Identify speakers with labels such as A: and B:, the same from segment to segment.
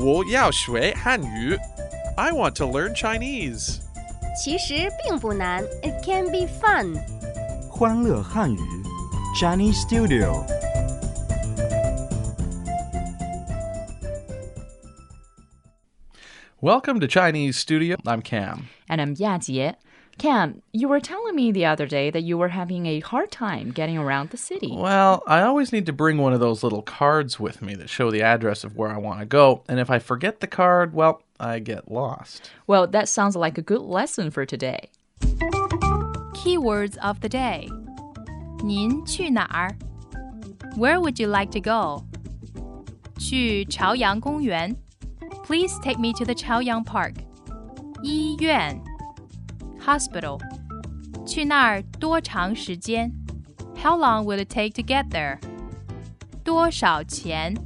A: 我要学汉语。I want to learn Chinese.
B: 其实并不难，It can be fun。
C: 欢乐汉语 Chinese Studio。
A: Welcome to Chinese Studio. I'm Cam.
D: And I'm Yajie. Cam, you were telling me the other day that you were having a hard time getting around the city.
A: Well, I always need to bring one of those little cards with me that show the address of where I want to go, and if I forget the card, well, I get lost.
D: Well, that sounds like a good lesson for today.
E: Keywords of the day 您去哪儿？Where would you like to go？去朝阳公园。Please take me to the 朝阳 Park。医院，hospital。去那儿多长时间？How long will it take to get there？多少钱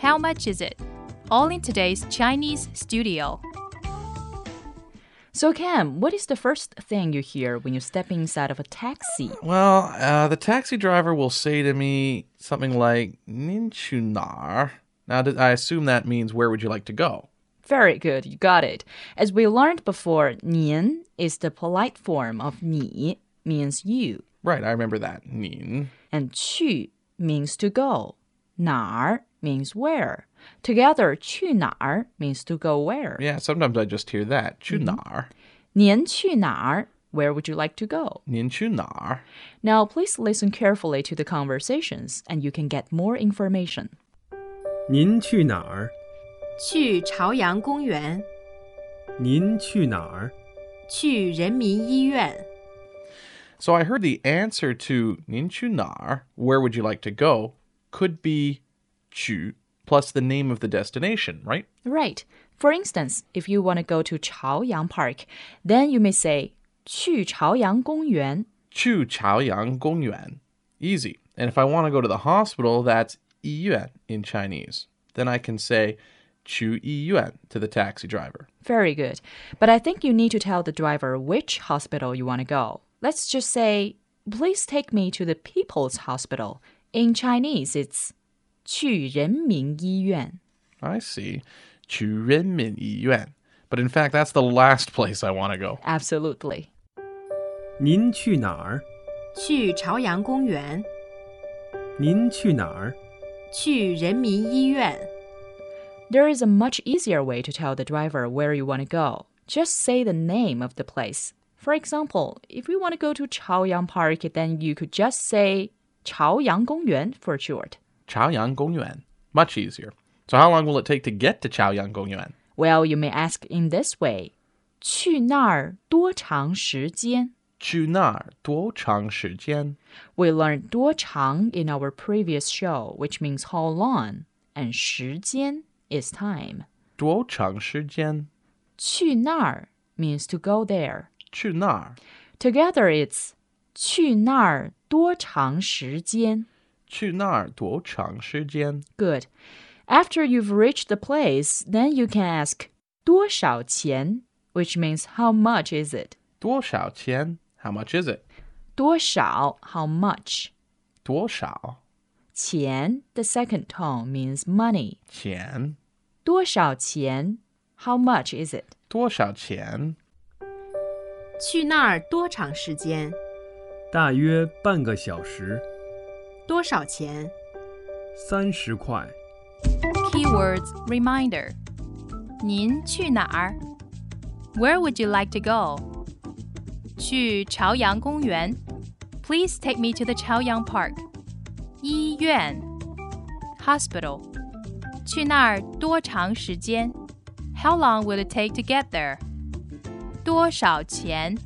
E: ？How much is it? All in today's Chinese studio.
D: So, Cam, what is the first thing you hear when you step inside of a taxi?
A: Well, uh, the taxi driver will say to me something like "Ninchunar." Now, th- I assume that means "Where would you like to go?"
D: Very good, you got it. As we learned before, 您 is the polite form of 你 means you,
A: Right, I remember that. Nin.
D: and 去 means to go. 哪儿 means where. Together, 去哪儿 means to go where.
A: Yeah, sometimes I just hear that. Chunar.
D: 您去哪儿 where would you like to go?
A: Ninchunar.
D: Now, please listen carefully to the conversations and you can get more information.
F: 您去哪儿？
E: 去朝阳公园，
F: 您去哪儿？
E: 去人民医院。
A: So I heard the answer to Ninchunar, where would you like to go, could be Chu plus the name of the destination, right?
D: Right. For instance, if you want to go to Chaoyang Park, then you may say 去朝阳公园.
A: Chu Chaoyang Gongyuan. Easy. And if I want to go to the hospital, that's Yiyuan in Chinese. Then I can say Chu Yiyuan to the taxi driver.
D: Very good. But I think you need to tell the driver which hospital you want to go. Let's just say, please take me to the People's Hospital. In Chinese, it's 去人民医院.
A: I see. Chu Renmin Yiyuan. But in fact, that's the last place I want to go.
D: Absolutely.
F: 您去哪儿？
E: 去朝阳公园，
F: 您去哪儿？
E: 去人民医院。
D: There is a much easier way to tell the driver where you want to go. Just say the name of the place. For example, if you want to go to Chaoyang Park, then you could just say Chaoyang Gongyuan for short.
A: Chaoyang Gongyuan. Much easier. So how long will it take to get to Chaoyang Gongyuan?
D: Well, you may ask in this way. 去那儿多长时间?
A: Chunar duo chang shijian.
D: We learned 多长 in our previous show, which means how long, and 时间 is time.
A: Duo chang shijian.
D: 去那儿 means to go there.
A: Chunar.
D: Together it's 去那儿多长时间?
A: Chunar duo chang shijian.
D: Good. After you've reached the place, then you can ask 多少钱, which means how much is it?
A: Duo shao qian. How much is it?
D: 多少 how much?
A: Duo shao
D: 钱 the second tone means money.
A: qian.
D: 多少钱 how much is it?
A: Duo shao qian.
E: 去那儿多长时间？
F: 大约半个小时，
E: 多少钱
F: 三十块。
E: ？Keywords reminder：您去哪儿？Where would you like to go？去朝阳公园。Please take me to the 朝阳 Park。医院，hospital。去那儿多长时间？How long will it take to get there？多少钱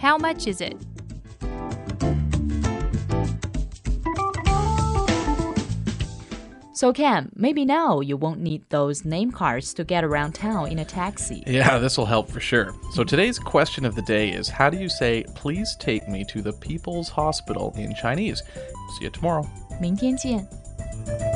E: ？How much is it？
D: So Cam, maybe now you won't need those name cards to get around town in a taxi.
A: Yeah, this will help for sure. So today's question of the day is how do you say please take me to the People's Hospital in Chinese? See you tomorrow.
D: 明天见。